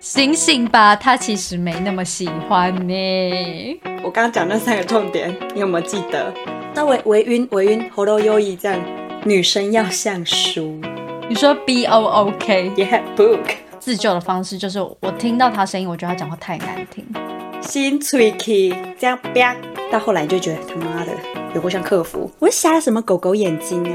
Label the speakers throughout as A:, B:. A: 醒醒吧，他其实没那么喜欢你。
B: 我刚刚讲那三个重点，你有没有记得？那维维晕维晕，喉咙优异这样，女生要像书
A: 你说 B O O K
B: ，Yeah book，
A: 自救的方式就是，我听到他声音，我觉得他讲话太难听。
B: 新吹气这样啪，到后来就觉得他妈的有过像客服，我瞎什么狗狗眼睛啊！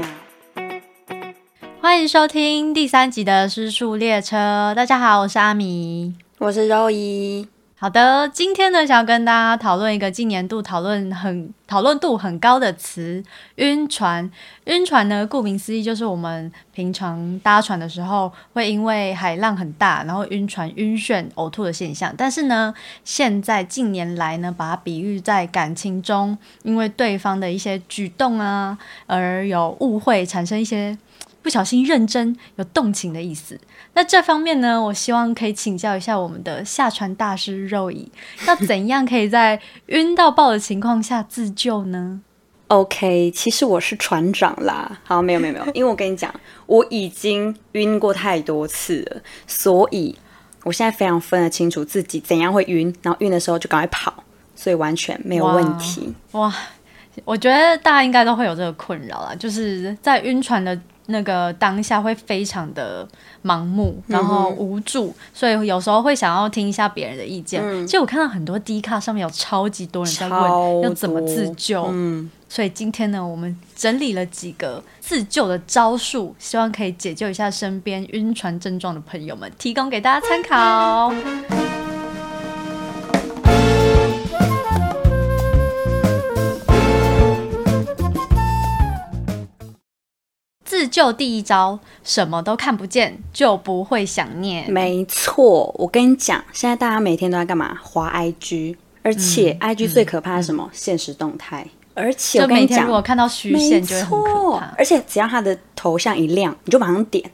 A: 欢迎收听第三集的《失速列车》，大家好，我是阿米。
B: 我是肉一，
A: 好的，今天呢，想要跟大家讨论一个今年度讨论很讨论度很高的词——晕船。晕船呢，顾名思义，就是我们平常搭船的时候会因为海浪很大，然后晕船、晕眩、呕吐的现象。但是呢，现在近年来呢，把它比喻在感情中，因为对方的一些举动啊，而有误会，产生一些不小心认真、有动情的意思。那这方面呢，我希望可以请教一下我们的下船大师肉乙，要怎样可以在晕到爆的情况下自救呢？
B: OK，其实我是船长啦。好，没有没有没有，因为我跟你讲，我已经晕过太多次了，所以我现在非常分得清楚自己怎样会晕，然后晕的时候就赶快跑，所以完全没有问题。
A: 哇，我觉得大家应该都会有这个困扰啦，就是在晕船的那个当下会非常的盲目，然后无助，所以有时候会想要听一下别人的意见。其实我看到很多 D 卡上面有超级多人在问
B: 超
A: 要怎么自
B: 多
A: 救，
B: 嗯，
A: 所以今天呢，我们整理了几个自救的招数，希望可以解救一下身边晕船症状的朋友们，提供给大家参考。自救第一招，什么都看不见就不会想念。
B: 没错。我跟你讲，现在大家每天都在干嘛？滑 IG，而且 IG 最可怕的是什么？现实动态。而且
A: 嗯就
B: 我跟
A: 每
B: 你
A: 天
B: 讲
A: 如，果看到虚线，就会很可怕。
B: 而且只要他的头像一亮，你就马上点。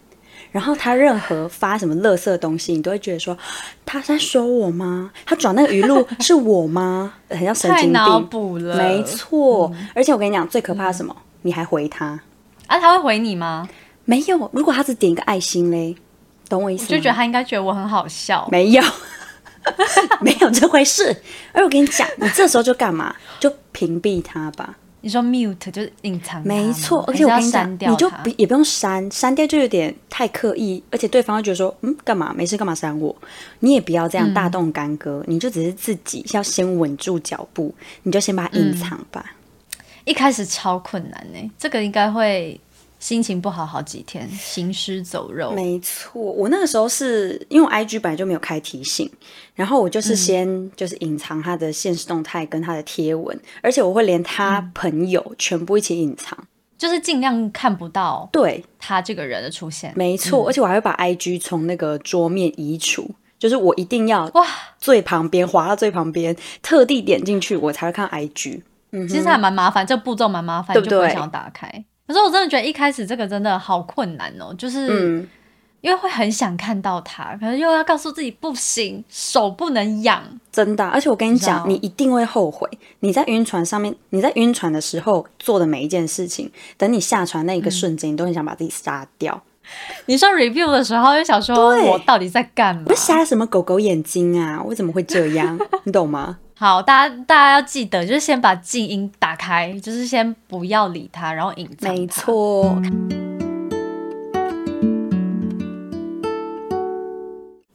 B: 然后他任何发什么垃圾东西，你都会觉得说他在说我吗？他转那个语 录是我吗？很像神
A: 太
B: 经
A: 脑
B: 病，
A: 补了，嗯
B: 没错。而且我跟你讲，最可怕的是什么？你还回他
A: 啊，他会回你吗？
B: 没有？如果他只点一个爱心嘞，懂我意思
A: 我
B: 吗？
A: 就觉得他应该觉得我很好笑。
B: 没有， 没有这回事。而我跟 你讲，你这时候就干嘛？就屏蔽他吧。
A: 你说 mute 就是隐藏它吗，
B: 没错，
A: 还
B: 而且
A: 是
B: 我
A: 要
B: 跟你讲
A: 删，掉
B: 你就
A: 它
B: 不也不用删，删掉就有点太刻意，而且对方会觉得说，嗯，干嘛没事干嘛删我？你也不要
A: 嗯
B: 这样大动干戈，你就只是自己要先稳住脚步，你就先把它隐藏吧。
A: 一开始超困难呢、这个应该会心情不好好几天，行尸走肉。
B: 没错，我那个时候是因为我 IG 本来就没有开提醒，然后我就是先就是隐藏他的现实动态跟他的贴文，而且我会连他朋友全部一起隐藏。
A: 就是尽量看不到
B: 对，
A: 他这个人的出现。
B: 没错，而且我还会把 IG 从那个桌面移除，就是我一定要
A: 哇，
B: 最旁边滑到最旁边，特地点进去我才会看 IG。
A: 其实还蛮麻烦，这步骤蛮麻烦，
B: 对不
A: 就不会
B: 对
A: 想要打开。可是我真的觉得一开始这个真的好困难哦，就是
B: 嗯，
A: 因为会很想看到他，可是又要告诉自己不行，手不能痒。
B: 真的啊、而且我跟你
A: 知道
B: 讲，你一定会后悔。你在晕船上面，你在晕船的时候做的每一件事情，等你下船那一个瞬间，你都很想把自己杀 掉。
A: 你说 review 的时候，又想说
B: 对
A: 我到底在干嘛？
B: 我瞎什么狗狗眼睛啊？我怎么会这样？你懂吗？
A: 好，大家大家要记得，就是先把静音打开，就是先不要理它，然后隐藏它
B: 没。错，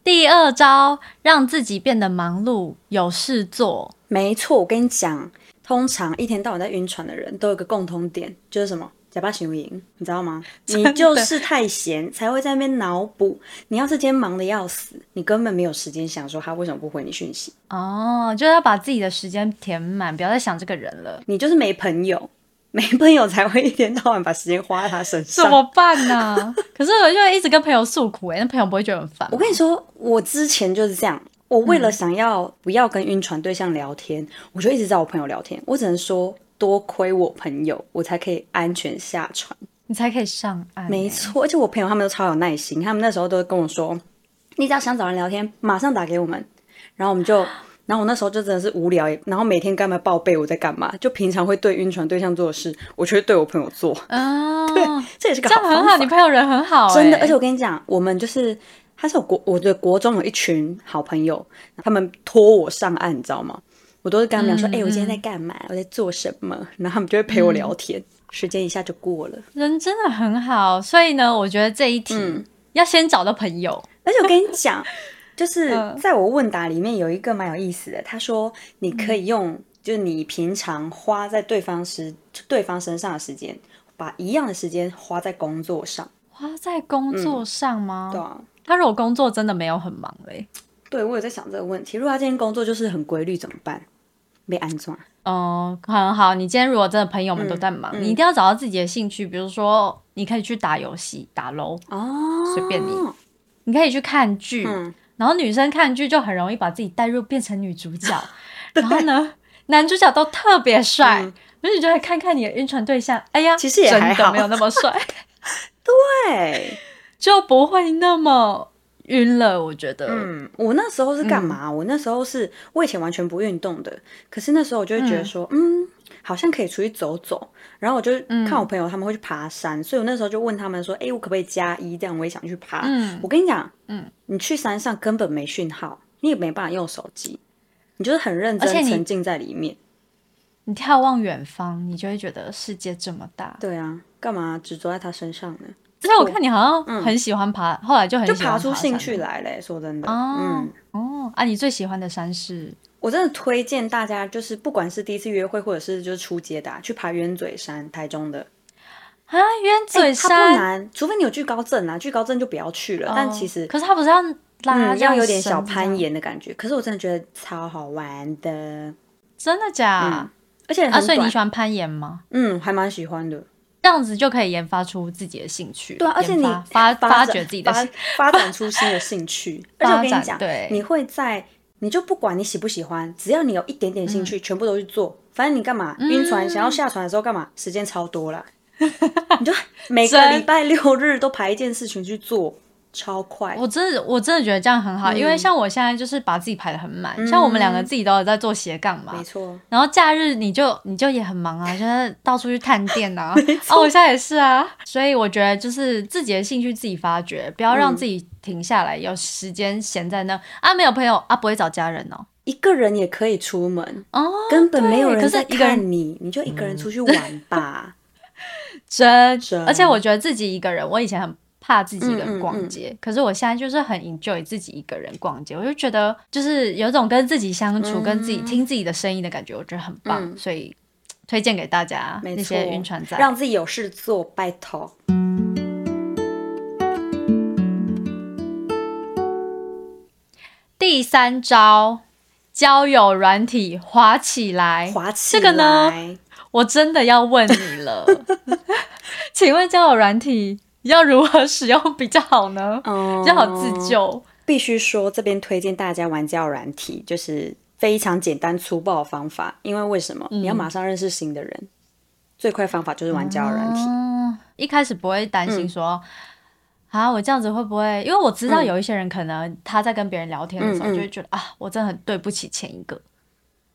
A: 第二招，让自己变得忙碌，有事做。
B: 没错。我跟你讲，通常一天到晚在晕船的人都有个共通点，就是什么？假巴行赢，你知道 吗？你
A: 的
B: 就是太闲，才会在那边脑补。你要是今天忙的要死，你根本没有时间想说他为什么不回你讯息。
A: 哦，就是要把自己的时间填满，不要再想这个人了，
B: 你就是没朋友，没朋友才会一天到晚把时间花在他身
A: 怎
B: 上。
A: 么办呢、 可是我就一直跟朋友诉苦、欸，哎，那朋友不会觉得很烦吗
B: 我？跟你说，我之前就是这样。我为了想要不要跟晕船对象聊天，我就一直找我朋友聊天。我只能说，多亏我朋友，我才可以安全下船。
A: 你才可以上岸、欸。
B: 没错，而且我朋友他们都超有耐心，他们那时候都跟我说，你只要想找人聊天，马上打给我们。然后我们就， 然后我那时候就真的是无聊，然后每天干嘛报备我在干嘛，就平常会对晕船对象做的事，我却对我朋友做，
A: 哦，
B: 这也是个
A: 这样很
B: 方
A: 好，
B: 法。
A: 你朋友人很好、欸，
B: 真的，而且我跟你讲，我们就是他是我国我的国中有一群好朋友，他们拖我上岸，你知道吗？我都是跟他们讲说，哎、我今天在干嘛？我在做什么？然后他们就会陪我聊天，时间一下就过了。
A: 人真的很好，所以呢，我觉得这一题、
B: 嗯
A: 要先找到朋友，
B: 而且我跟你讲，就是
A: 嗯
B: 在我问答里面有一个蛮有意思的，他说你可以用，就是你平常花在对方时对方身上的时间，把一样的时间花在工作上，
A: 花在工作上吗？
B: 嗯对啊。
A: 他如果工作真的没有很忙欸嘞、
B: 对，我有在想这个问题。如果他今天工作就是很规律，怎么办？被安装？
A: 嗯，很好。你今天如果真的朋友们都在
B: 嗯
A: 忙，你一定要找到自己的兴趣，比如说你可以去打游戏、打楼，
B: 哦，
A: 随便你你可以去看剧，
B: 嗯
A: 然后女生看剧就很容易把自己带入变成女主角，
B: 嗯
A: 然后呢，男主角都特别帅，那、你就会看看你的晕船对象，哎呀，
B: 其实也
A: 真
B: 还
A: 的
B: 好
A: 没有那么帅，
B: 对，
A: 就不会那么晕了。我觉得，
B: 嗯，我那时候是干嘛？我那时候是我以前完全不运动的，可是那时候我就会觉得说，嗯好像可以出去走走。然后我就看
A: 嗯
B: 我朋友他们会去爬山，所以我那时候就问他们说，哎、我可不可以加一？这样我也想去爬。
A: 嗯
B: 我跟你讲，
A: 嗯，
B: 你去山上根本没讯号，你也没办法用手机，你就是很认真
A: 而且你
B: 沉浸在里面。
A: 你眺望远方，你就会觉得世界这么大。
B: 对啊，干嘛执着在他身上呢？
A: 而且我看你好像很喜欢爬，后来就很
B: 嗯就
A: 喜欢
B: 爬出兴
A: 山
B: 趣来嘞、说真的，
A: 哦
B: 嗯。
A: 哦啊！你最喜欢的山是
B: 我真的推荐大家，就是不管是第一次约会，或者是就是出街的啊、去爬鸢嘴山，台中的
A: 啊，鸢嘴
B: 哎它不
A: 山。
B: 难，除非你有惧高症啊，惧高症就不要去了。但其实
A: 可是它不是要哦拉、
B: 嗯，要有点小
A: 攀
B: 攀，岩的感觉。可是我真的觉得超好玩的，
A: 真的假？
B: 而嗯且很
A: 啊，
B: 短，
A: 所以你喜欢攀岩吗？
B: 嗯，还蛮喜欢的。
A: 这样子就可以研发出自己的兴趣，
B: 对啊，而且你
A: 研发发
B: 发
A: 发
B: 展
A: 掘自己的
B: 发
A: 兴趣，
B: 发展出新的兴趣。而且我跟
A: 发
B: 你
A: 展
B: 讲，
A: 对
B: 你会在你就不管你喜不喜欢，只要你有一点点兴趣，
A: 嗯
B: 全部都去做。反正你干嘛晕船，想要下船的时候干嘛，时间超 多啦。你就每个
A: 真
B: 礼拜六日都排一件事情去做，超快。
A: 我真的我真的觉得这样很好，
B: 嗯
A: 因为像我现在就是把自己排的很满，像我们两个自己都有在做斜杠嘛
B: 没，错，
A: 然后假日你就你就也很忙 啊，就是到处去探店啊。哦，我现在也是啊，所以我觉得就是自己的兴趣自己发掘，不要
B: 嗯
A: 让自己停下来，有时间闲在那啊，没有朋友啊，不会找家人哦。
B: 一个人也可以出门，
A: 哦，
B: 根本没有
A: 对可
B: 人
A: 是
B: 在
A: 一个人嗯
B: 看你，你就一个人出去玩 吧。
A: 真，
B: 真
A: 而且我觉得自己一个人，我以前很怕自己一个
B: 嗯
A: 人
B: 嗯
A: 逛街，可是我现在就是很 enjoy 自己一个人逛街，我就觉得就是有种跟自己相
B: 嗯
A: 处、跟自己听自己的声音的感觉，我觉得很棒，所以推荐给大家
B: 没
A: 那
B: 错
A: 些晕船仔。
B: 让自己有事做，拜托。
A: 第三招，交友软体滑起来，
B: 滑起
A: 哎这
B: 来。
A: 个呢我真的要问你 了，请问交友软体要如何使用比较好呢？
B: 嗯
A: 比较好自救。
B: 必须说，这边推荐大家玩交友软体，就是非常简单粗暴的方法。因为为什么？
A: 嗯
B: 你要马上认识新的人，最快方法就是玩交友软体。
A: 嗯，一开始不会担
B: 嗯
A: 心说。啊，我这样子会不会？因为我知道有一些人可能他在跟别人聊天的时候，
B: 嗯嗯
A: 就会觉得、啊，我真的很对不起前一个，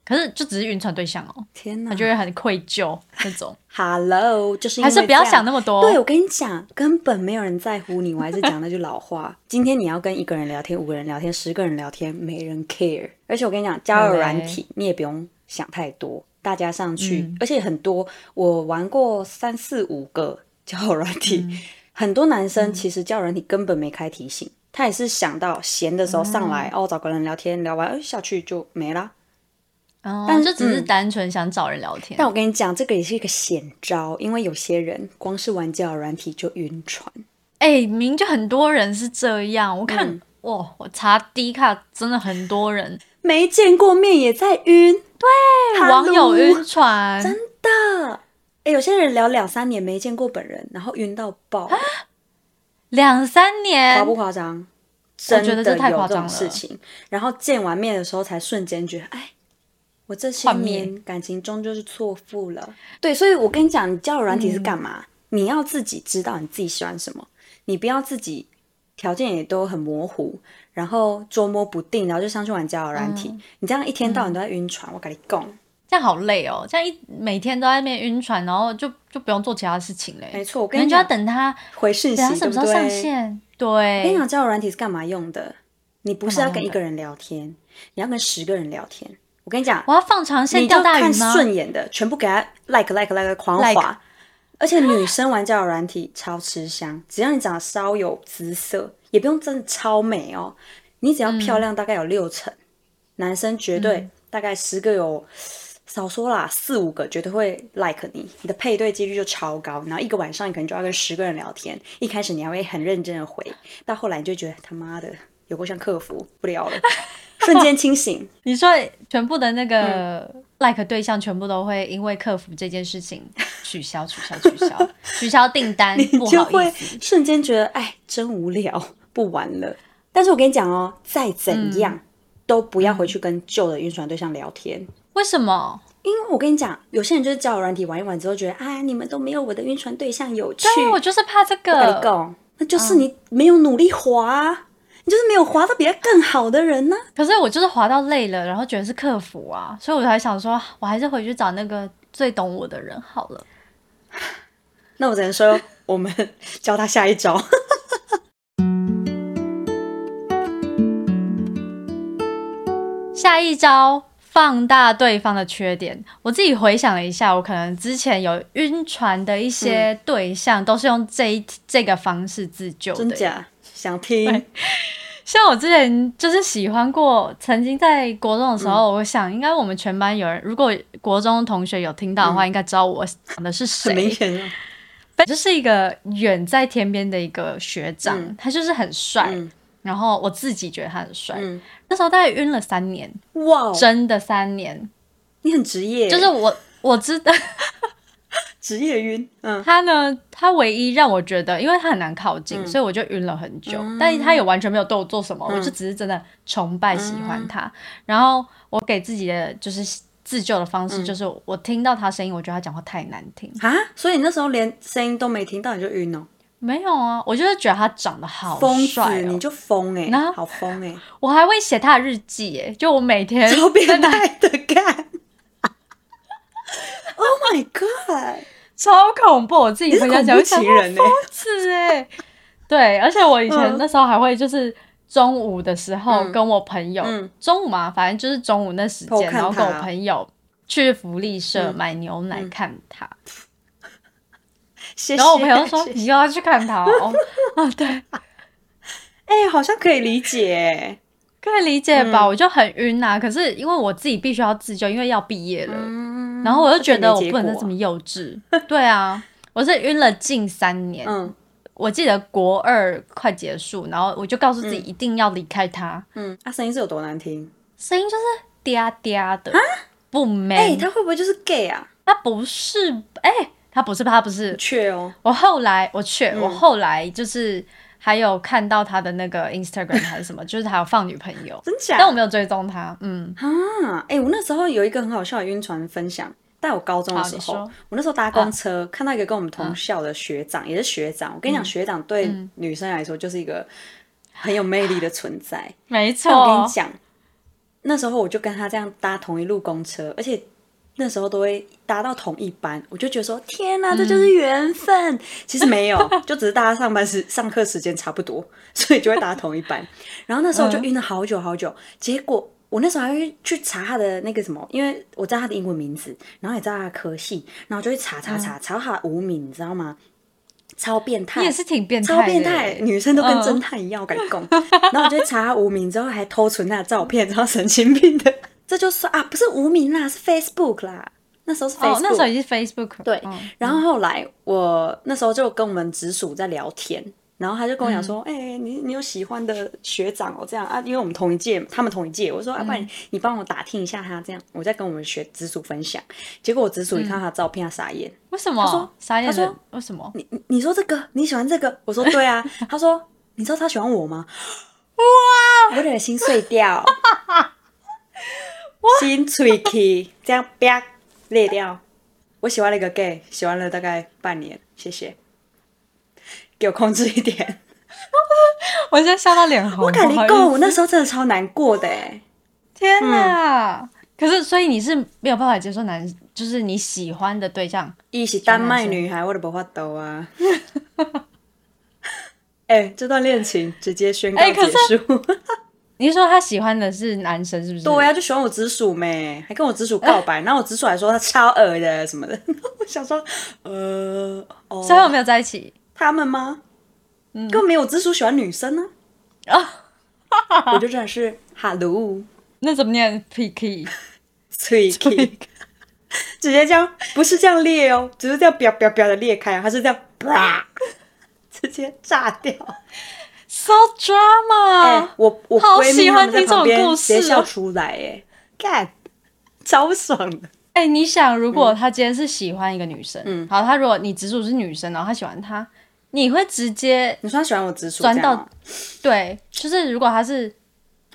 A: 可是就只是晕船对象哦，
B: 天哪
A: 他就会很愧疚那种，
B: ！Hello，就是因
A: 还是
B: 为
A: 不要
B: 这样
A: 想那么多。
B: 对，我跟你讲，根本没有人在乎你。我还是讲那句老话：今天你要跟一个人聊天、五个人聊天、十个人聊天，没人 care。而且我跟你讲，交友软体你也不用想太多，大家上去，
A: 嗯
B: 而且很多我玩过三四五个交友软体，很多男生其实交友软体根本没开提醒，他也是想到闲的时候上来、哦，找个人聊天，聊完哎下去就没啦。
A: 哦，但
B: 但
A: 就只是
B: 嗯
A: 单纯想找人聊天。
B: 但我跟你讲，这个也是一个险招，因为有些人光是玩交友软体就晕船。
A: 哎、明就很多人是这样，我看、
B: 嗯
A: 哇，我查 D 卡真的很多 人
B: 没见过面也在晕，对
A: 网友晕
B: 的。
A: 船，
B: 哎、有些人聊两三年没见过本人，然后晕到爆，
A: 啊两三年
B: 夸不夸张？
A: 我
B: 真
A: 觉
B: 的
A: 得这太
B: 有
A: 夸
B: 这
A: 张
B: 种
A: 了
B: 事情。然后见完面的时候，才瞬间觉得，哎，我这些
A: 幻灭
B: 年感情终究是错付了。对，所以我跟你讲，你交友软体是干
A: 嗯
B: 嘛？你要自己知道你自己喜欢什么，你不要自己条件也都很模糊，然后捉摸不定，然后就上去玩交友软体。
A: 嗯
B: 你这样一天到晚都在晕船，我跟你讲。
A: 这样好累哦，这样一每天都在那边晕船，然后就就不用做其他事情嘞。
B: 没错我
A: 可
B: 跟你
A: 能就要
B: 讲
A: 等他
B: 回讯息，
A: 等他什
B: 对
A: 么时
B: 不
A: 候上
B: 对？
A: 线，
B: 我跟你
A: 对，
B: 讲，交友软体是干嘛用的？你不是
A: 干嘛
B: 要跟
A: 用
B: 一
A: 的
B: 个人聊天，你要跟十个人聊天。我跟你讲，
A: 我要放长线
B: 你就
A: 钓大
B: 看
A: 鱼吗？
B: 顺眼的，全部给他 like like like 狂滑。
A: Like 啊
B: 而且女生玩交友软体超吃香，只要你长得稍有姿色，也不用真的超美哦，你只要
A: 嗯
B: 漂亮，大概有六成，男生绝对大概十个有。少说啦，四五个绝对会 like 你，你的配对几率就超高。然后一个晚上你可能就要跟十个人聊天，一开始你还会很认真的回，到后来你就觉得他妈的有过像客服不聊了， 瞬间清醒。
A: 你说全部的那个
B: 嗯
A: like 对象全部都会因为客服这件事情取消、取消、取消、取消订单，
B: 你
A: 不
B: 就
A: 好
B: 会
A: 意思。
B: 瞬间觉得，哎，真无聊，不玩了。但是我跟你讲哦，再怎样、都不要回去跟旧的晕船对象聊天，
A: 为什么？
B: 因为我跟你讲，有些人就是交友软体玩一玩之后，觉得啊，你们都没有我的晕船对象有趣。
A: 对，我就是怕这
B: 我嗯跟你
A: 个。
B: 讲，那就是你没有努力滑、啊，你就是没有滑到比他更好的人呢、
A: 可是我就是滑到累了，然后觉得是客服啊，所以我才想说，我还是回去找那个最懂我的人好了。
B: 那我只能说，我们教他下一招。
A: 下一招放大对方的缺点。我自己回想了一下，我可能之前有晕船的一些对象，都是用这一这个方式自救
B: 真
A: 的。
B: 假？想听？
A: 像我之前就是喜欢过，曾经在国中的时
B: 嗯
A: 候，我想应该我们全班有人，如果国中同学有听到的话，
B: 嗯
A: 应该知道我讲的是
B: 很明
A: 谁。
B: 显嗯了。
A: 就是一个远在天边的一个学长，
B: 嗯
A: 他就是很帅，
B: 嗯
A: 然后我自己觉得他很帅。
B: 嗯
A: 那时候大概晕了三年，
B: 哇哦，
A: 真的三年，
B: 你很职业，
A: 就是我我知道。
B: 职业晕。嗯，
A: 他呢，他唯一让我觉得，因为他很难靠近，
B: 嗯
A: 所以我就晕了很久。但是他也完全没有对我做什么，我就只是真的崇拜、喜欢他。
B: 嗯
A: 然后我给自己的就是自救的方
B: 嗯
A: 式，就是我听到他声音，我觉得他讲话太难听。
B: 啊，所以你那时候连声音都没听到你就晕哦，
A: 没有啊，我就是觉得他长得好
B: 疯子
A: 帅
B: 你
A: 哦，
B: 就疯哎、
A: 那
B: 好疯 哎、
A: 我还会写他的日记耶，就我每天
B: 超
A: 在
B: 变
A: 那
B: 态的干！Oh my god！
A: 超恐怖，我自己
B: 你是
A: 回家
B: 恐
A: 讲
B: 怖
A: 会想
B: 情
A: 哇
B: 人呢、欸
A: 是哎、对，而且我以前
B: 嗯
A: 那时候还会就是中午的时候
B: 嗯
A: 跟我朋友，
B: 嗯
A: 中午嘛，反正就是中午那时
B: 偷
A: 间，
B: 看
A: 然后跟
B: 他
A: 我朋友去福利社
B: 嗯
A: 买牛奶看他，
B: 谢谢。
A: 然后我朋友说
B: 谢谢
A: 你又要去看他哦， 啊对，
B: 哎、好像可以理解、欸
A: 可以理解
B: 嗯
A: 吧？我就很晕啊，可是因为我自己必须要自救，因为要毕业了，
B: 嗯，
A: 然后我就觉得我
B: 而且没
A: 不能再
B: 结果
A: 这么幼稚，对啊，我是晕了近三年，
B: 嗯
A: 我记得国二快结束，然后我就告诉自己一定要离开他。
B: 嗯，啊，声音是有多难听？
A: 声音就是嗲嗲的，不 man、
B: 哎、啊他会不会就是 gay 啊？
A: 他不是，哎、他不是，他不是。
B: 确哦，
A: 我后来，我去，
B: 嗯
A: 我后来就是还有看到他的那个 Instagram 还是 什么，就是还有放女朋友，
B: 真假？
A: 但我没有追踪他。嗯，
B: 啊，哎、我那时候有一个很好笑的晕船分享，在我高中的
A: 好
B: 时
A: 你
B: 候
A: 说，
B: 我那时候搭公车、看到一个跟我们同校的学长，也是学长。我跟你讲，学长对女生来说就是一个很有魅力的存在。
A: 没
B: 但我跟
A: 错
B: 你。讲，那时候我就跟他这样搭同一路公车，而且那时候都会搭到同一班，我就觉得说天
A: 嗯
B: 哪、这就是缘分。 其实没有，就只是大家上班时上课时间差不多，所以就会搭同一 班。然后那时候我
A: 嗯
B: 就晕了好久好久，结果。我那时候还会去查他的那个什么，因为我知道他的英文名字，然后也知道他的科系，然后就会查查
A: 嗯
B: 查、查到他的无名，你知道吗？超变态！
A: 你也是挺变态，嗯
B: 超变态，。女生都跟侦探一样，我敢讲。然后我就查他无名之后，还偷存他的照片，然后神经病的。这就算啊，不是无名啦，是 Facebook 啦。那时候是 Facebook，、
A: 哦，那时候已经 Facebook
B: 对，
A: 嗯
B: 然后后来我那时候就跟我们直属在聊天，然后他就跟我
A: 嗯
B: 讲说：“哎、你你有喜欢的学长哦，这样啊，因为我们同一届，他们同一届。”我说：“啊，不然
A: 嗯
B: 你帮我打听一下他这样。”我再跟我们学直属分享，结果我直
A: 嗯
B: 属一看到他的照片，他傻眼。
A: 为什
B: 他说
A: 么？傻眼
B: 他
A: 了
B: 说？
A: 为什么？
B: 你你说这个你喜欢这个，我说对啊。他说你知道他喜欢我吗？哇，我的心碎掉，心碎气，这样啪裂掉。我喜欢了一个 gay，喜欢了大概半年，谢谢。给我控制一点，
A: 我现在笑到脸红。
B: 我感
A: 不好
B: 觉
A: 意思
B: 够，我那时候真的超难过的哎。
A: 天哪！嗯可是，所以你是没有办法接受男，就是你喜欢的对象
B: 伊是丹麦女孩，我都无法度啊。哎、这段恋情直接宣告
A: 哎可
B: 结
A: 是
B: 束。
A: 你是说他喜欢的是男生是不是？
B: 对啊呀、就喜欢我直属没，还跟我直属告 白，然后我直属还说他超恶的什么的。 我想说，呃，哦，
A: 最后没有在一起。
B: 他们吗？嗯，更没有直属喜欢女生 呢、啊。我就真的是哈喽
A: 那怎么念 picky？
B: 脆 k 直接这样，不是这样裂哦，只是这样表表表的裂开，啊它是这样啪，直接炸掉。
A: So
B: 哎、
A: drama！
B: 我我
A: 啊好
B: 闺蜜
A: 喜
B: 她
A: 欢
B: 们在
A: 听这种
B: 旁边
A: 故事
B: 直接笑
A: 哦
B: 出来，哎，干，超爽的。
A: 哎、你想，如果他今天是喜欢一个女生，嗯，好，他如果你直属是女生，然后他喜欢她，你会直接
B: 你说她喜欢我直属，
A: 钻
B: 这样
A: 到
B: 吗
A: 对，就是如果他是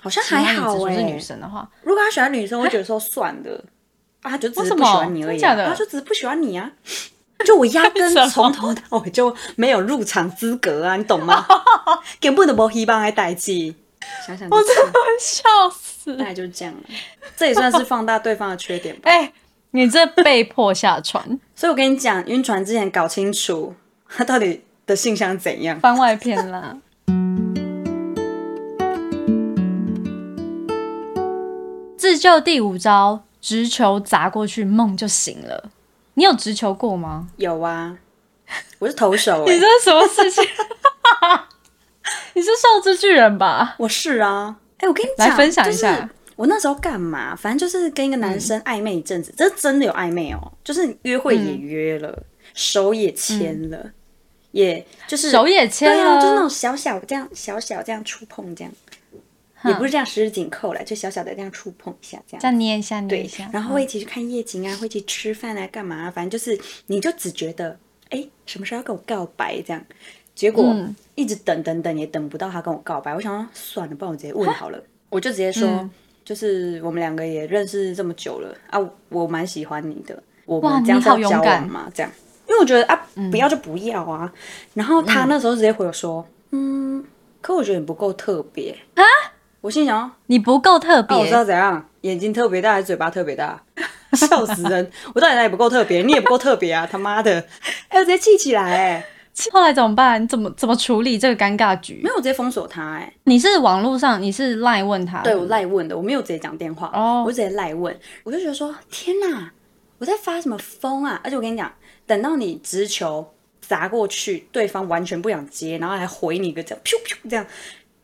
B: 好像
A: 喜欢
B: 还
A: 你
B: 好
A: 直属
B: 哎、
A: 是女生的 话，
B: 如果他喜欢女生，我会觉得说算 了，啊，他就只
A: 为
B: 是
A: 什
B: 不
A: 么
B: 喜欢你而已
A: 真的
B: 啊、
A: 假的
B: 他就只是不喜欢你啊。 就我压
A: 为
B: 根
A: 什么
B: 从头到尾就没有入场资格啊，你懂 吗？根本都没希望来代替。想想就气，
A: 会笑死
B: 大。概就是这样了。这也算是放大对方的缺点吧。
A: 哎、你这被迫下船
B: 所以我跟你讲，晕船之前搞清楚他到底的性向怎样。
A: 番外篇啦。自救第五招，直球砸过去，梦就醒了。你有直球过吗？
B: 有啊，我是投手、
A: 你
B: 欸，
A: 这是什么事情？ 你是受之巨人吧？
B: 我是啊。哎、我跟你讲，
A: 来分享一下
B: 就是我那时候干嘛？反正就是跟一个男
A: 嗯
B: 生暧昧一阵子，这真的有暧昧哦，就是约会也约了，
A: 嗯
B: 手也牵了，也就是
A: 手也牵
B: 对
A: 了，
B: 啊，就是那种小小这样小小这样触碰这样，也不是这样十指紧扣了，就小小的这样触碰一下这
A: 这
B: 样。
A: 样捏一下，捏
B: 对
A: 一下，，嗯
B: 然后会一起去看夜景啊，会一起吃饭啊，干嘛、啊？反正就是，你就只觉得，哎，什么时候要跟我告白这样？结果、
A: 嗯
B: 一直等等等，也等不到他跟我告白。我想说，算了，不然我直接问好了。我就直接说，
A: 嗯
B: 就是我们两个也认识这么久了啊，我我蛮喜欢你的，我
A: 哇
B: 们这样
A: 你
B: 是要
A: 好
B: 交
A: 勇敢嗯
B: 往嘛？这样，因为我觉得啊，不要就不要啊。然后他那时候直接回我说，嗯，可我觉得你不够特别啊。我心想，
A: 你不够特
B: 那哦啊我
A: 别
B: 知，道怎样，眼睛特别大还是嘴巴特别大？ 笑死人！我到底哪里不够特别？你也不够特别啊！他 妈的！哎、我直接气起来哎、
A: 后来怎么办？你怎么怎么处理这个尴尬局
B: 没？有，我直接封锁他哎、
A: 你是网络上，你是赖问他，
B: 对我赖问的，我没有直接讲电话，
A: 哦
B: 我直接赖问，我就觉得说天哪，我在发什么疯啊！而且我跟你讲，等到你直球砸过去，对方完全不想接，然后还回你一个这样，噗噗这样，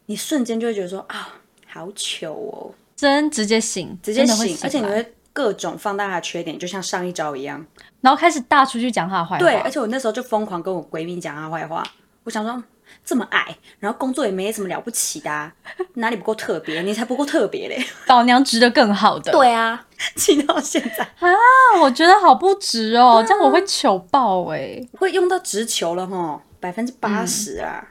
B: 你瞬间就会觉得说啊，好糗哦，
A: 真直接醒，
B: 直接
A: 真的会
B: 醒，而且你
A: 来
B: 会各种放大他的缺点，就像上一招一样。
A: 然后开始大出去讲他的坏话，
B: 对，而且我那时候就疯狂跟我闺蜜讲她坏话。我想说，嗯这么矮，然后工作也没什么了不起的、啊， 哪里不够特别？你才不够特别 嘞！
A: 老娘值得更好的。
B: 对啊， 气到现在
A: 啊，我觉得好不值
B: 啊
A: 哦，这样我会糗爆哎、
B: 会用到直球了哈，百分之八十啊，
A: 嗯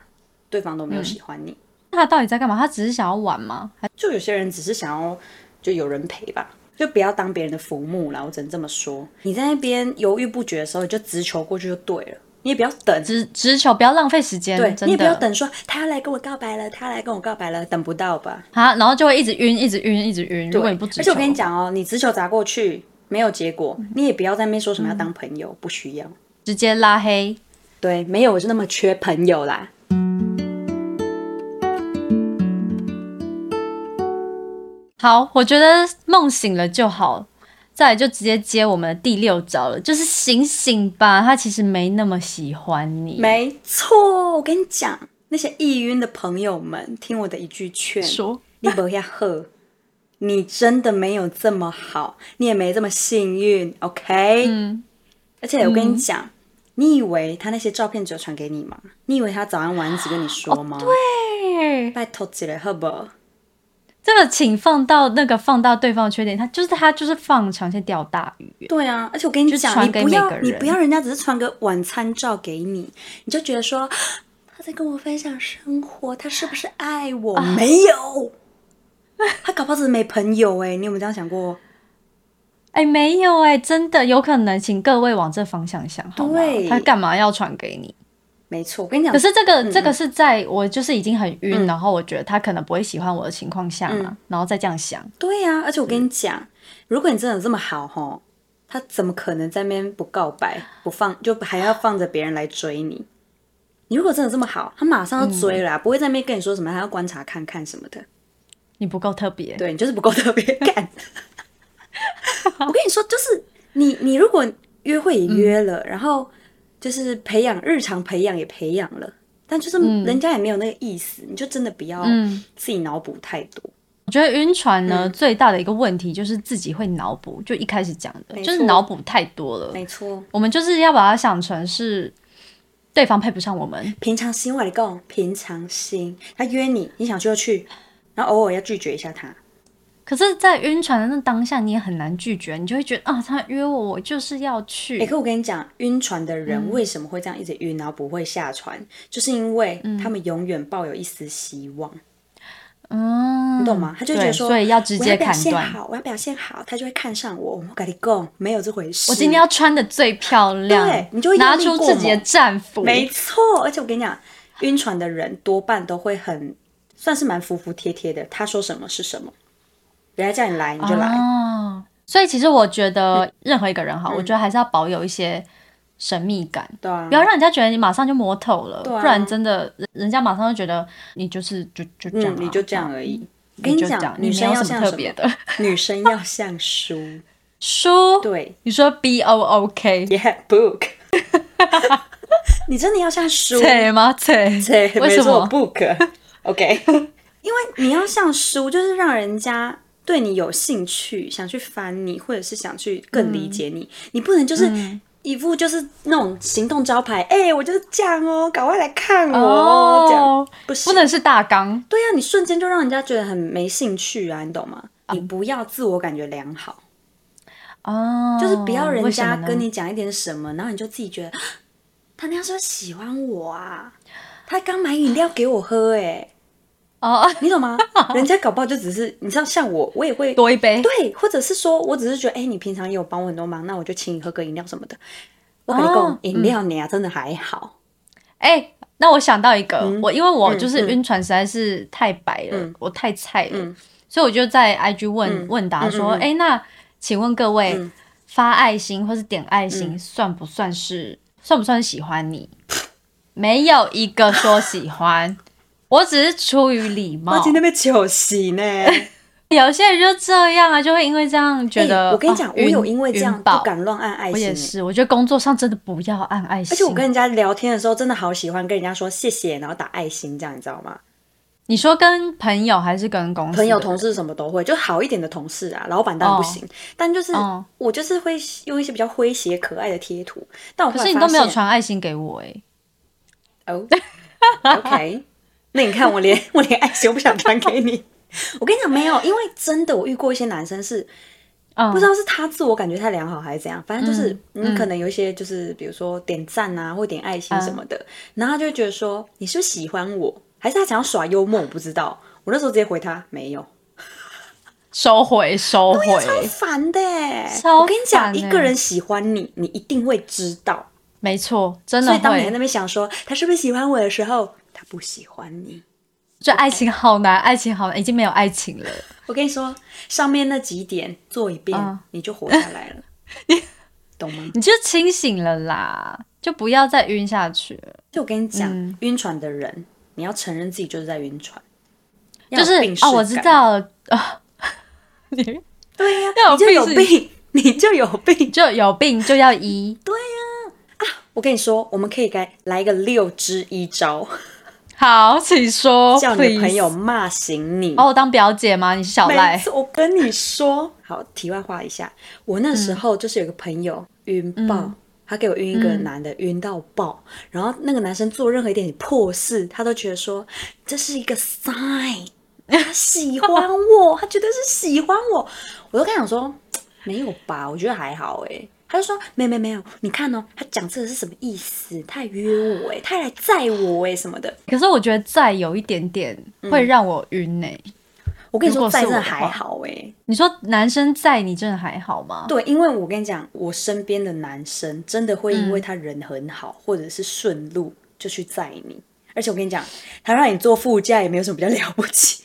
B: 对方都没有喜欢你。
A: 那他到底在干嘛？他只是想要玩吗？还
B: 就有些人只是想要就有人陪吧，就不要当别人的浮木啦。我只能这么说。你在那边犹豫不决的时候，你就直球过去就对了，你也不要等。
A: 直直球，不要浪费时间，
B: 对，
A: 真
B: 你也不要
A: 的。
B: 等说他要来跟我告白了，他要来跟我告白了，等不到吧？
A: 啊，然后就会一直晕，一直晕，一直晕。如果
B: 对
A: 你不直
B: 而且
A: 球，
B: 我跟你，讲哦，你直球砸过去没有结果，你也不要在那边说什么要当朋友，不需要。
A: 直接拉黑。
B: 对，没有我是那么缺朋友啦。
A: 好，我觉得梦醒了就好。再来就直接接我们的第六招了，就是醒醒吧，他其实没那么喜欢你。
B: 没错，我跟你讲，那些易晕的朋友们，听我的一句劝，
A: 说，
B: 你不要喝，你真的没有这么好，你也没这么幸运，OK？
A: 嗯，
B: 而且我跟你讲。你以为他那些照片只有传给你吗？你以为他早安晚安只跟你
A: 哦
B: 说吗？对，
A: 对，
B: 拜托起来，好不好？
A: 这个请放到那个放大对方的缺点，他就是他就是放长线钓大鱼。
B: 对啊，而且我跟你
A: 就是
B: 讲，
A: 传
B: 你
A: 给
B: 不
A: 每
B: 要
A: 个
B: 你
A: 人
B: 不要人家只是传个晚餐照给你，你就觉得说他在跟我分享生活，他是不是爱我？
A: 啊
B: 没有， 他搞不好只是没朋友哎、你有没有这样想过？
A: 哎、没有哎、真的有可能，请各位往这方向想好吗
B: 对？嗯
A: 他干嘛要传给你？
B: 没错，我跟你讲，
A: 可是这个、这个是在我就是已经很晕，然后我觉得他可能不会喜欢我的情况下嘛，
B: 嗯
A: 然后再这样想，
B: 对呀、啊，而且我跟
A: 嗯
B: 你讲，如果你真的有这么好吼，他怎么可能在那边不告白不放，就还要放着别人来追你？你如果真的这么好，他马上
A: 嗯
B: 就追了啊、不会在那边跟你说什么，还要观察看看什么的。
A: 你不够特别，
B: 对你就是不够特别干。我跟你说，就是你你如果约会也约了，然后就是培养日常培养也培养了，但就是人家也没有那个意思，你就真的不要
A: 嗯
B: 自己脑补太多。
A: 我觉得晕船呢、
B: 嗯
A: 最大的一个问题就是自己会脑补，就一开始讲的，
B: 没
A: 就是
B: 错
A: 脑补太多了。
B: 没错，
A: 我们就是要把它想成是对方配不上我们，
B: 平常心我来讲，平常心。他约你，你想去就去，然后偶尔要拒绝一下他。
A: 可是，在晕船的那当下，你也很难拒绝，你就会觉得啊，他约我，我就是要去。
B: 哎、可我跟你讲，晕船的人为什么会这样一直晕，然后不会下船，就是因为他们永远抱有一丝希望，
A: 嗯，
B: 你懂吗？他就会觉
A: 对，
B: 得说，
A: 所以要直接
B: 我要表
A: 砍
B: 现
A: 断。
B: 好，我要表现好，他就会看上我。我跟你讲，没有这回事。
A: 我今天要穿的最漂亮，
B: 对你就会
A: 拿
B: 用力
A: 出
B: 过
A: 自己的
B: 猛
A: 战服，
B: 没错，而且我跟你讲，晕船的人多半都会很算是蛮服服帖帖的，他说什么是什么，人家叫你来你就来。嗯
A: 哦。所以其实我觉得任何一个人好，我觉得还是要保有一些神秘感，
B: 对啊
A: 不，要让人家觉得你马上就摸透了，
B: 对啊
A: 不然真的人人家马上就觉得你就是就就这样、啊
B: 嗯，你就这样而已。我跟
A: 你
B: 你
A: 就这
B: 讲
A: 样，，
B: 女
A: 你没
B: 生
A: 有
B: 要
A: 什
B: 像
A: 么特
B: 什
A: 别
B: 么？
A: 的。
B: 女生要像书，
A: 书，
B: 对
A: 你说 B O O K，
B: ，Yeah book，你真的要像书，
A: 对吗？对，
B: 对，
A: 为
B: 没
A: 什
B: 错
A: 么？
B: ，book，OK，因为你要像书，就是让人家对你有兴趣，想去翻你，或者是想去更理解你，你不能就是。一副就是那种行动招牌，哎、我就是这样哦，赶快来看我哦，这样
A: 哦，
B: 不行
A: 不能是大纲。
B: 对呀、啊你瞬间就让人家觉得很没兴趣啊，你懂吗？你不要自我感觉良好，
A: 哦，
B: 就是不要人
A: 为什么
B: 家
A: 呢
B: 跟你讲一点什么，然后你就自己觉得啊他那样说喜欢我啊，他刚买饮料给我喝、欸，
A: 哦
B: 哎，你懂 吗？人家搞不好就只是你知道，像我，我也会
A: 多一哎杯，
B: 对，或者是说我只是觉得，哎、你平常也有帮我很多忙，那我就请你喝个饮料什么的。我跟你
A: 哦
B: 讲，饮料你啊真的还好，
A: 哎、那我想到一个，
B: 嗯
A: 我因为我就是晕船实在是太白了，我太菜了，
B: 嗯
A: 所以我就在 IG 问、问答说，哎、那请问各位、
B: 嗯
A: 发爱心或是点爱心、算不算是算不算喜欢你？没有一个说喜欢， 我只是出于礼
B: 我
A: 貌。
B: 今天被酒席呢。
A: 有些人就这样啊，就会因为这样 觉得。
B: 欸我跟你讲，
A: 啊
B: 我有因为这样
A: 晕爆
B: 不敢乱按爱
A: 我
B: 心、
A: 也
B: 欸，
A: 是，我觉得工作上真的不要按爱心。
B: 而且我跟人家聊天的时候，真的好喜欢跟人家说谢谢，然后打爱心，这样你知道吗？
A: 你说跟朋友哦还是跟公司
B: 朋友、
A: 的
B: 同事什么都会，就好一点的同事啊，老板当然不行，但就是、
A: 哦
B: 我就是会用一些比较诙谐可爱的贴图。但我
A: 可
B: 后来
A: 是你都没有
B: 发现
A: 传爱心给我哎、
B: 哦，OK，那你看我连我连爱心我不想传 给你。我跟你讲，没有，因为真的我遇过一些男生是
A: 嗯，
B: 不知道是他自我感觉太良好还是怎样，反正就是
A: 嗯
B: 你可能有一些就是比如说点赞啊或点爱心什么的，
A: 啊
B: 然后他就会觉得说你是不是喜欢我，还是他想要耍幽默，我不知道。我那时候直接回他没有，
A: 收回收回，
B: 超烦的欸、
A: 超
B: 我跟你讲，
A: 烦欸
B: 一个人喜欢你，你一定会知道。
A: 没错，真的
B: 所以当你在
A: 会
B: 那。边想说他是不是喜欢我的时候，他不喜欢你。
A: 就爱情好难，爱情好难，已经没有爱情了。
B: 我跟你说，上面那几点做一遍，
A: 嗯
B: 你就活下 来了，懂吗？
A: 你就清醒了啦，就不要再晕下去了。
B: 就我跟你讲，
A: 嗯
B: 晕船的人，你要承认自己就是在晕船，要
A: 就
B: 有
A: 是
B: 病
A: 哦，
B: 视感
A: 我知，道了啊，你
B: 对呀、
A: 要有
B: 你就有
A: 病视
B: 病，你就有病。
A: 就有病就要 医。
B: 我跟你说，我们可以来来一个六支一招，
A: 好，请说，
B: 叫你的
A: 哦
B: 朋
A: please
B: 友骂醒你。
A: 把我当表姐吗？你是小
B: 没
A: 赖，
B: 错，我跟你说， 好，题外话一下，我那时候就是有个朋友
A: 嗯
B: 晕爆，他给我晕一个男的，晕到爆，然后那个男生做任何一点破事，他都觉得说这是一个 sign，他喜欢我， 他觉得是喜欢我，我都跟他讲说没有吧，我觉得还好哎、他就说没有没有没有，你看哦，他讲这个是什么意思？他还约我哎、他还来载我哎、什么的。
A: 可是我觉得再有一点点
B: 嗯
A: 会让我晕呢、欸
B: 我跟你
A: 如
B: 说，
A: 果是
B: 载真
A: 我
B: 的
A: 的
B: 还
A: 话
B: 好哎、
A: 你说男生在你真的还好吗？
B: 对，因为我跟你讲，我身边的男生真的会
A: 嗯
B: 因为他人很好，或者是顺路就去载你。而且我跟你讲，他让你坐副驾也没有什么比较 了不起，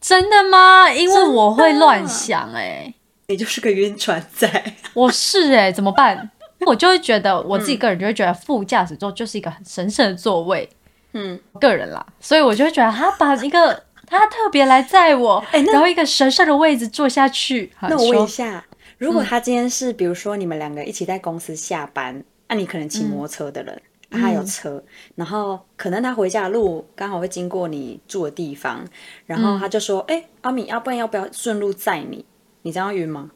A: 真的吗？因为我会乱想哎、
B: 你就是个晕船仔。
A: 我是哎、怎么办？我就会觉得我自己个人就会觉得副驾驶座就是一个很神圣的座位，
B: 嗯，
A: 个人啦，所以我就会觉得他把一个他特别来载我，
B: 哎那
A: 然后一个神圣的位置坐下去。好
B: 那我
A: 你说嗯
B: 问一下，如果他今天是比如说你们两个一起在公司下班，那、你可能
A: 嗯
B: 骑摩托车的人，啊他有车，然后可能他回家的路刚好会经过你住的地方，然
A: 嗯
B: 后他就说：“哎、阿米，要不然要不要顺路载你？”你这样晕吗？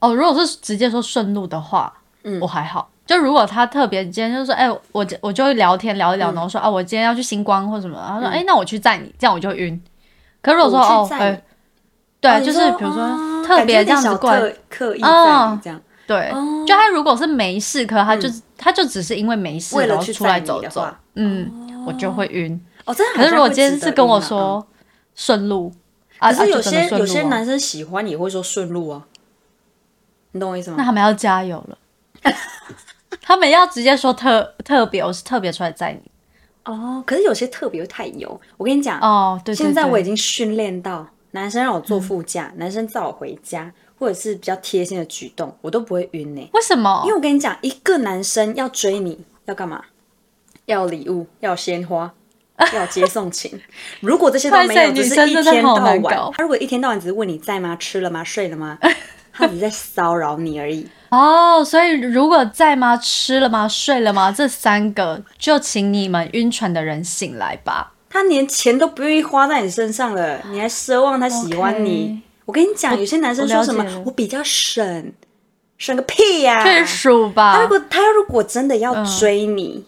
A: 哦，如果是直接说顺路的话，
B: 嗯
A: 我还好。就如果他特别今天就说，哎、我我就会聊天聊一聊，
B: 嗯
A: 然后说啊，我今天要去星光或什么，然后说，哎、那我去载你，这样我就会晕。可如果说
B: 我
A: 哦
B: 去，载
A: 哎、
B: 你
A: 对，
B: 哦你
A: 就是比如说、
B: 哦
A: 特别这
B: 感觉有点
A: 样子
B: 小
A: 过来，
B: 特刻意载你
A: 哦
B: 这样，
A: 对，
B: 哦嗯
A: 就他如果是没事，可他就、他就只是因为没事，
B: 为了
A: 然后
B: 去
A: 出来
B: 载你
A: 走
B: 的
A: 走
B: 话，
A: 嗯，我就会晕。
B: 哦，真的好
A: 可
B: 像会值得晕啊。
A: 是如果今天是跟我
B: 嗯，
A: 说顺路，啊，
B: 可
A: 啊
B: 是有
A: 就真的
B: 些
A: 顺
B: 有
A: 路
B: 些
A: 啊
B: 男生喜欢也会说顺路啊，你懂我意思吗
A: 那？他们要加油了， 他们要直接说特特别，我是特别出来载你。
B: 哦，可是有些特别会太油，我跟你讲，
A: 哦，对对对，嗯
B: 现在我已经训练到，男生让我坐副驾，男生载我回家，或者是比较贴心的举动，我都不会晕呢、
A: 为什么？
B: 因为我跟你讲，一个男生要追你要干嘛？要礼物，要鲜花，要接送情。如果这些都 没
A: 哇塞
B: 有，只
A: 女
B: 是
A: 生
B: 一
A: 真的
B: 天
A: 好
B: 到
A: 难
B: 晚
A: 搞，
B: 他如果一天到晚只是问你在吗、吃了吗、睡了吗，他只是在骚扰你而已。
A: 哦，所以如果在吗、吃了吗、睡了吗这三个，就请你们晕船的人醒来吧。
B: 他连钱都不愿意花在你身上了，你还奢望他喜欢你
A: OK
B: 我跟你讲，有些男生
A: 我
B: 说
A: 了
B: 什
A: 解
B: 么
A: 了
B: “我比较省”，省个屁呀、
A: 确嗯属吧
B: 啊他如果他如果真的要追你，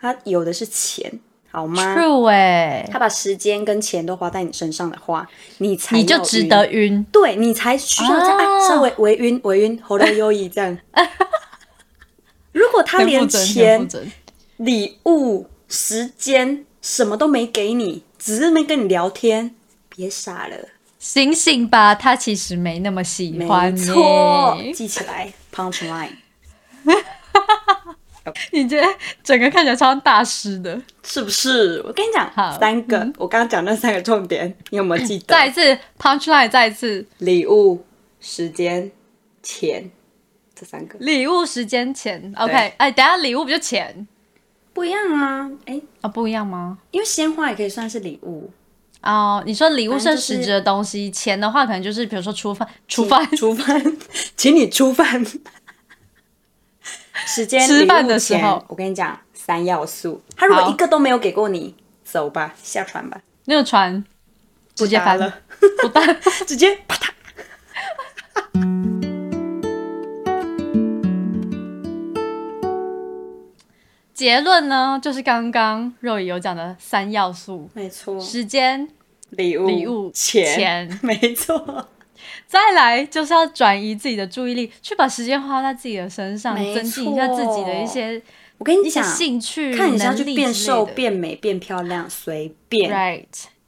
B: 他有的是钱，好吗？
A: ，true 哎、
B: 他把时间跟钱都花在你身上的话，你才
A: 你就
B: 要
A: 值
B: 晕
A: 得晕。
B: 对你才需要这样、
A: 啊
B: 哎稍微微晕微晕，喉咙优异这样。 如果他连
A: 田馥
B: 钱、
A: 甄
B: 礼物、时间什么都没给你，只是没跟你聊天，别傻了。
A: 醒醒吧，他其实没那么喜欢
B: 没
A: 你。
B: 错，记起来，punch line。
A: 你这整个看起来超像大师的。
B: 是不是？我跟你讲，
A: 好嗯
B: 三个，我刚刚讲那三个重点，你有没有记得？
A: 再一次 punch line，再一次
B: 礼物、时间、钱这三个
A: 礼物时间前，OK，哎，等一下礼物不就钱
B: 不一样啊。哎，
A: 啊、不一样吗？
B: 因为鲜花也可以算是礼物，
A: 哦，你说礼物
B: 反正
A: 是
B: 就是
A: 实质的东西，钱的话可能就是比如说出饭、出饭、
B: 煮饭，请你 出饭。时间、
A: 吃饭
B: 礼物
A: 的时候
B: 钱我跟你讲，三要素，他如果
A: 好
B: 一个都没有给过你，走吧，下船吧，
A: 那个船直接
B: 不搭
A: 翻
B: 了，
A: 不搭。
B: 直接啪嗒。
A: 结论呢，就是刚刚肉姨有讲的三要素：
B: 没错，
A: 时间、
B: 礼物、
A: 礼物
B: 钱，
A: 钱
B: 没错。
A: 再来就是要转移自己的注意力，去把时间花在自己的身上，
B: 没
A: 增进一下自己的一
B: 错
A: 些
B: 我跟你
A: 一些
B: 讲，
A: 兴趣、
B: 看你是要
A: 能
B: 去
A: 力
B: 变
A: 之类
B: 瘦、
A: 的
B: 变美、变漂亮，随便。
A: Right，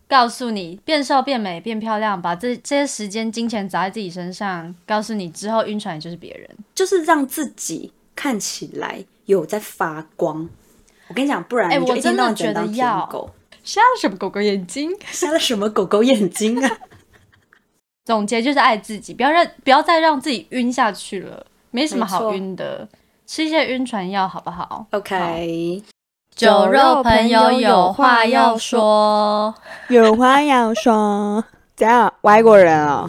A: 告诉你变瘦、变美、变漂亮，把这这些时间、金钱砸在自己身上，告诉你之后晕船就是别人。
B: 就是让自己看起来有在发光。我跟你讲，不然
A: 哎
B: 你就
A: 我
B: 一天到晚只
A: 真
B: 能
A: 的
B: 当
A: 觉得要
B: 舔狗，
A: 瞎什么狗狗眼睛？
B: 瞎了什么狗狗眼睛啊？
A: 总结就是爱自己，不要让不要再让自己晕下去了，没什么好晕的。吃一些晕船药好不好
B: OK，
A: 酒肉朋友有话要说，
B: 有话要说。怎样？外国人啊、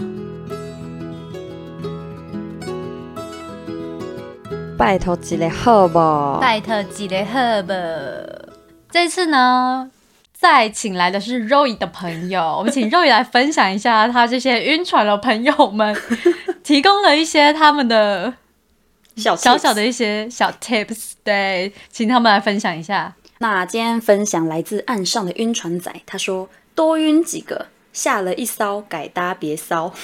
B: 拜托一个好不？
A: 拜特几雷赫吧。这次呢，再请来的是 Roy 的朋 友，我们请 Roy 来分享一下他这些晕船的朋友们提供了一些他们的
B: 小
A: 小小的一些小 tips，对，请他们来分享一下。
B: 那今天分享来自岸上的晕船仔，他说多晕几个，下了一艘改搭别骚。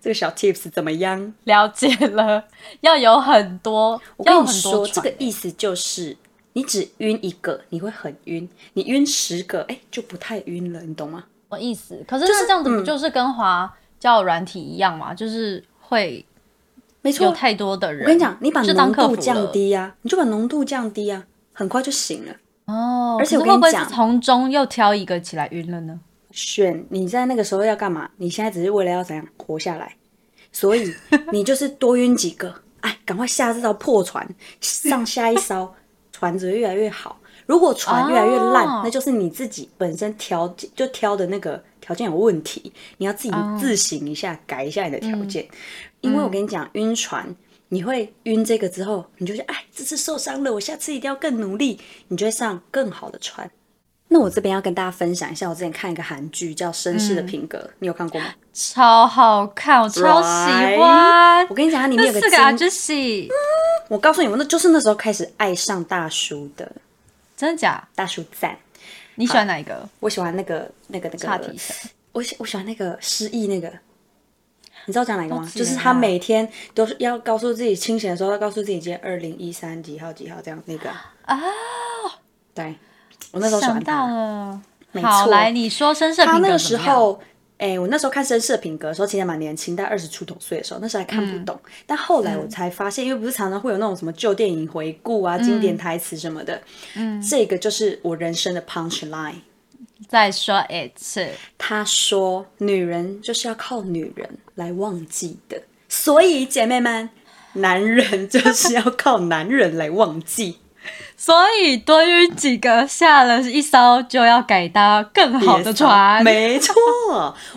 B: 这个小 tips 怎么样？
A: 了解了， 要有很多，
B: 我
A: 要
B: 跟
A: 有
B: 你
A: 很多
B: 说，这
A: 船
B: 个意思就是，你只晕一个，你会很晕；你晕十个，哎，就不太晕了，你懂吗？
A: 什么意思？可是嗯那这样子不就是跟滑交友软体一样嘛？就是会
B: 没
A: 有
B: 错，
A: 太多的人。
B: 我跟你讲，你把
A: 就当
B: 浓
A: 客服
B: 度
A: 了
B: 降低呀、你就把浓度降低呀、很快就醒了。
A: 哦，
B: 而且
A: 可
B: 我
A: 是会
B: 跟
A: 不会
B: 你讲
A: 是从中又挑一个起来晕了呢？
B: 选你在那个时候要干嘛？你现在只是为了要怎样活下来，所以你就是多晕几个，哎，赶快下这艘破船，上下一艘 船子越来越好。如果船越来越烂
A: 哦
B: 那就是你自己本身条件就挑的那个条件有问题，你要自己自省一下改一下你的条件。
A: 哦
B: 因为我跟你讲，晕船你会晕这个之后，你就觉得哎，这次受伤了，我下次一定要更努力，你就会上更好的船。那我这边要跟大家分享一下，我之前看一个韩剧叫《绅士的品格》，你有看过吗？
A: 嗯超好看，我超喜欢
B: 我。跟你讲，它里面
A: 那
B: 有个
A: 四个啊
B: 金
A: 阿杰西，
B: 我告诉你们，那就是那时候开始爱上大叔的，
A: 真的假？
B: 大叔赞。
A: 你喜欢哪一个？
B: 我喜欢那个那个那个，
A: 岔题一下
B: 我喜我喜欢那个失忆那个，你知道我讲哪个
A: 我
B: 吗？
A: 知道
B: 就是他每天都是要告诉自己清醒的时候，要告诉自己今天二零一三几号几号这样那个啊。
A: 哦
B: 对，我那时候喜
A: 想
B: 欢
A: 到
B: 他。
A: 了，
B: 错
A: 好，来你说绅士的
B: 他
A: 品
B: 那
A: 格怎
B: 个时
A: 么样？
B: 候，哎、我那时候看《绅士的品格》的时候，其实还蛮年轻，大概二十出头岁的时候，那时候还看
A: 嗯
B: 不懂。但后来我才发现，因为不是常常会有那种什么旧电影回顾啊、经典台词什么的，嗯，这个就是我人生的 punch line。
A: 再说一次，
B: 他说：“女人就是要靠女人来忘记的，所以姐妹们，男人就是要靠男人来忘记。
A: 所以多晕几个，下了一艘就要改搭更好的船。
B: 没错。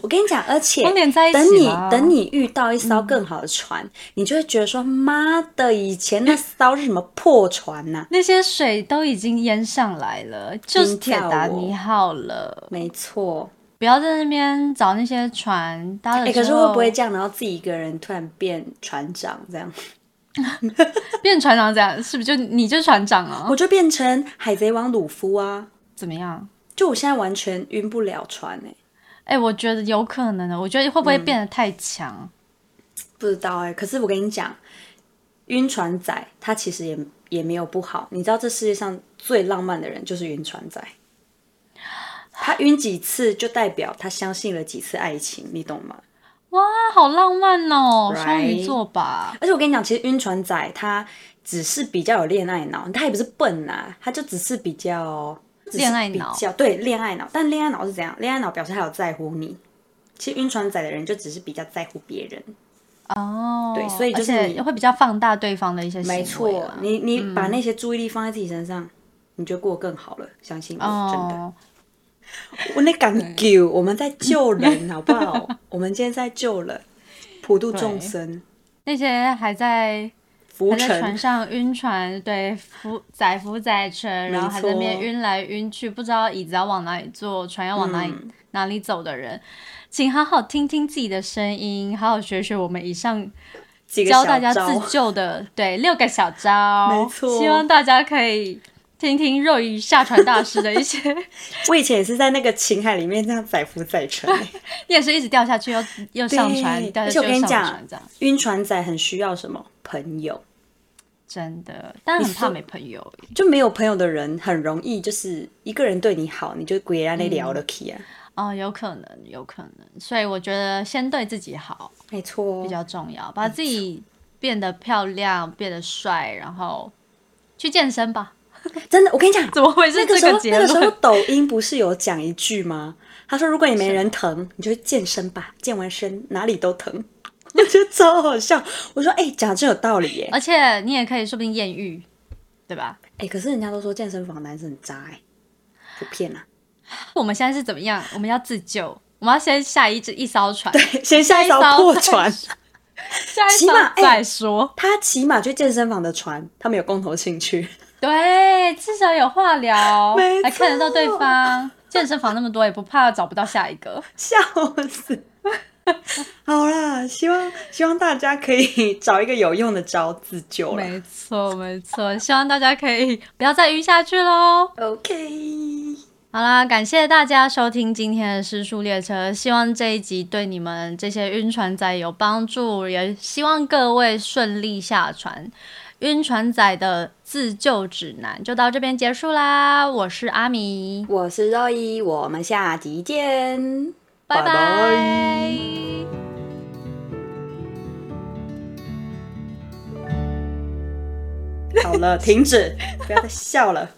B: 我跟你讲，而且
A: 都连在一起
B: 等你
A: 了嗯
B: 等你遇到一艘更好的船，你就会觉得说，妈的，以前那艘是什么破船呐、
A: 那些水都已经淹上来了，就是铁达尼号了。
B: 没错。
A: 不要在那边找那些船搭了
B: 哎、
A: 之后，
B: 可是会不会这样，然后自己一个人突然变船长这样？
A: 变船长这样？是不是就你就是船长啊
B: 我？就变成海贼王鲁夫啊！
A: 怎么样？
B: 就我现在完全晕不了船哎、
A: 哎、我觉得有可能的。我觉得会不会
B: 嗯
A: 变得太强？
B: 不知道哎、可是我跟你讲，晕船仔他其实也也没有不好。你知道这世界上最浪漫的人就是晕船仔，他晕几次就代表他相信了几次爱情，你懂吗？
A: 哇，啊好浪漫哦！
B: Right
A: 双鱼座吧，
B: 而且我跟你讲，其实晕船仔他只是比较有恋爱脑，他也不是笨啊，他就只是比较只是
A: 恋爱脑
B: 比较对恋爱脑。但恋爱脑是怎样？恋爱脑表示他有在乎你。其实晕船仔的人就只是比较在乎别人，
A: 哦，
B: 对所以就是
A: 而
B: 你
A: 且会比较放大对方的一些行为啊
B: 没错
A: 啦，嗯
B: 你你把那些注意力放在自己身上，你就过得更好了。相信我，真的。
A: 哦，
B: 我那敢救，我们在救人，好不好？ 我们今天在救人，普度众生，
A: 那些还在
B: 浮
A: 还在船
B: 沉。
A: 上晕船，对，浮载浮载沉，然后还在那边
B: 错
A: 晕来晕去，不知道椅子要往哪里坐，船要往哪里、
B: 嗯
A: 哪里走的人，请好好听听自己的声音，好好学学我们以上
B: 几个
A: 教
B: 小
A: 大家
B: 招
A: 自救的，对，六个小招，
B: 没错
A: 希望大家可以听听肉鱼下船大师的一 些。
B: 我以前也是在那个情海里面这样载浮载 沉、欸
A: 你也是一直掉下去又又上船，
B: 对
A: 掉
B: 而且
A: 下
B: 我
A: 去
B: 跟
A: 又
B: 你
A: 上
B: 讲
A: 船，这样，
B: 晕船仔很需要什么朋友？
A: 真的，但很
B: 你
A: 怕
B: 说
A: 没朋友。
B: 就没有朋友的人，很容易就是一个人对你好，你就鬼在
A: 嗯
B: 那聊了起啊。
A: 哦，有可能，有可能，所以我觉得先对自己好
B: 没错
A: 比，较重要，把自己变得漂亮，变得帅，然后去健身吧。
B: 真的，我跟你讲，
A: 怎么会是
B: 那个
A: 这
B: 时候，
A: 结
B: 那个时候
A: 论？
B: 抖音不是有讲一句吗？他说：“如果你没人疼，你就去健身吧，健完身哪里都疼。” 我觉得超好笑。我说：“哎、讲得真有道理耶！哎、哎
A: 而且你也可以，说不定艳遇，对吧？
B: 可是人家都说健身房男生很渣哎、不骗啊。
A: 我们现在是怎么样？我们要自救，我们要先下一只一艘船，
B: 先下一艘
A: 下一艘
B: 破船，
A: 下一
B: 起
A: 艘
B: 码哎
A: 再说。
B: 他起码去健身房的船，他们有共同兴趣。
A: 对，至少有话聊
B: 没，
A: 还看得到对
B: 错
A: 方。健身房那么多，也不怕找不到下一个。
B: 笑死！ 好啦，希望希望大家可以 找一个有用的招自救了。
A: 没错，没错，希望大家可以不要再晕下去喽。
B: OK。
A: 好啦，感谢大家收听今天的失速列车，希望这一集对你们这些晕船仔有帮助，也希望各位顺利下船。晕船仔的自救指南就到这边结束啦，我是阿米，
B: 我是肉一，我们下集见。
A: 拜
B: 拜
A: 拜
B: 拜好了，停止，不要再笑了。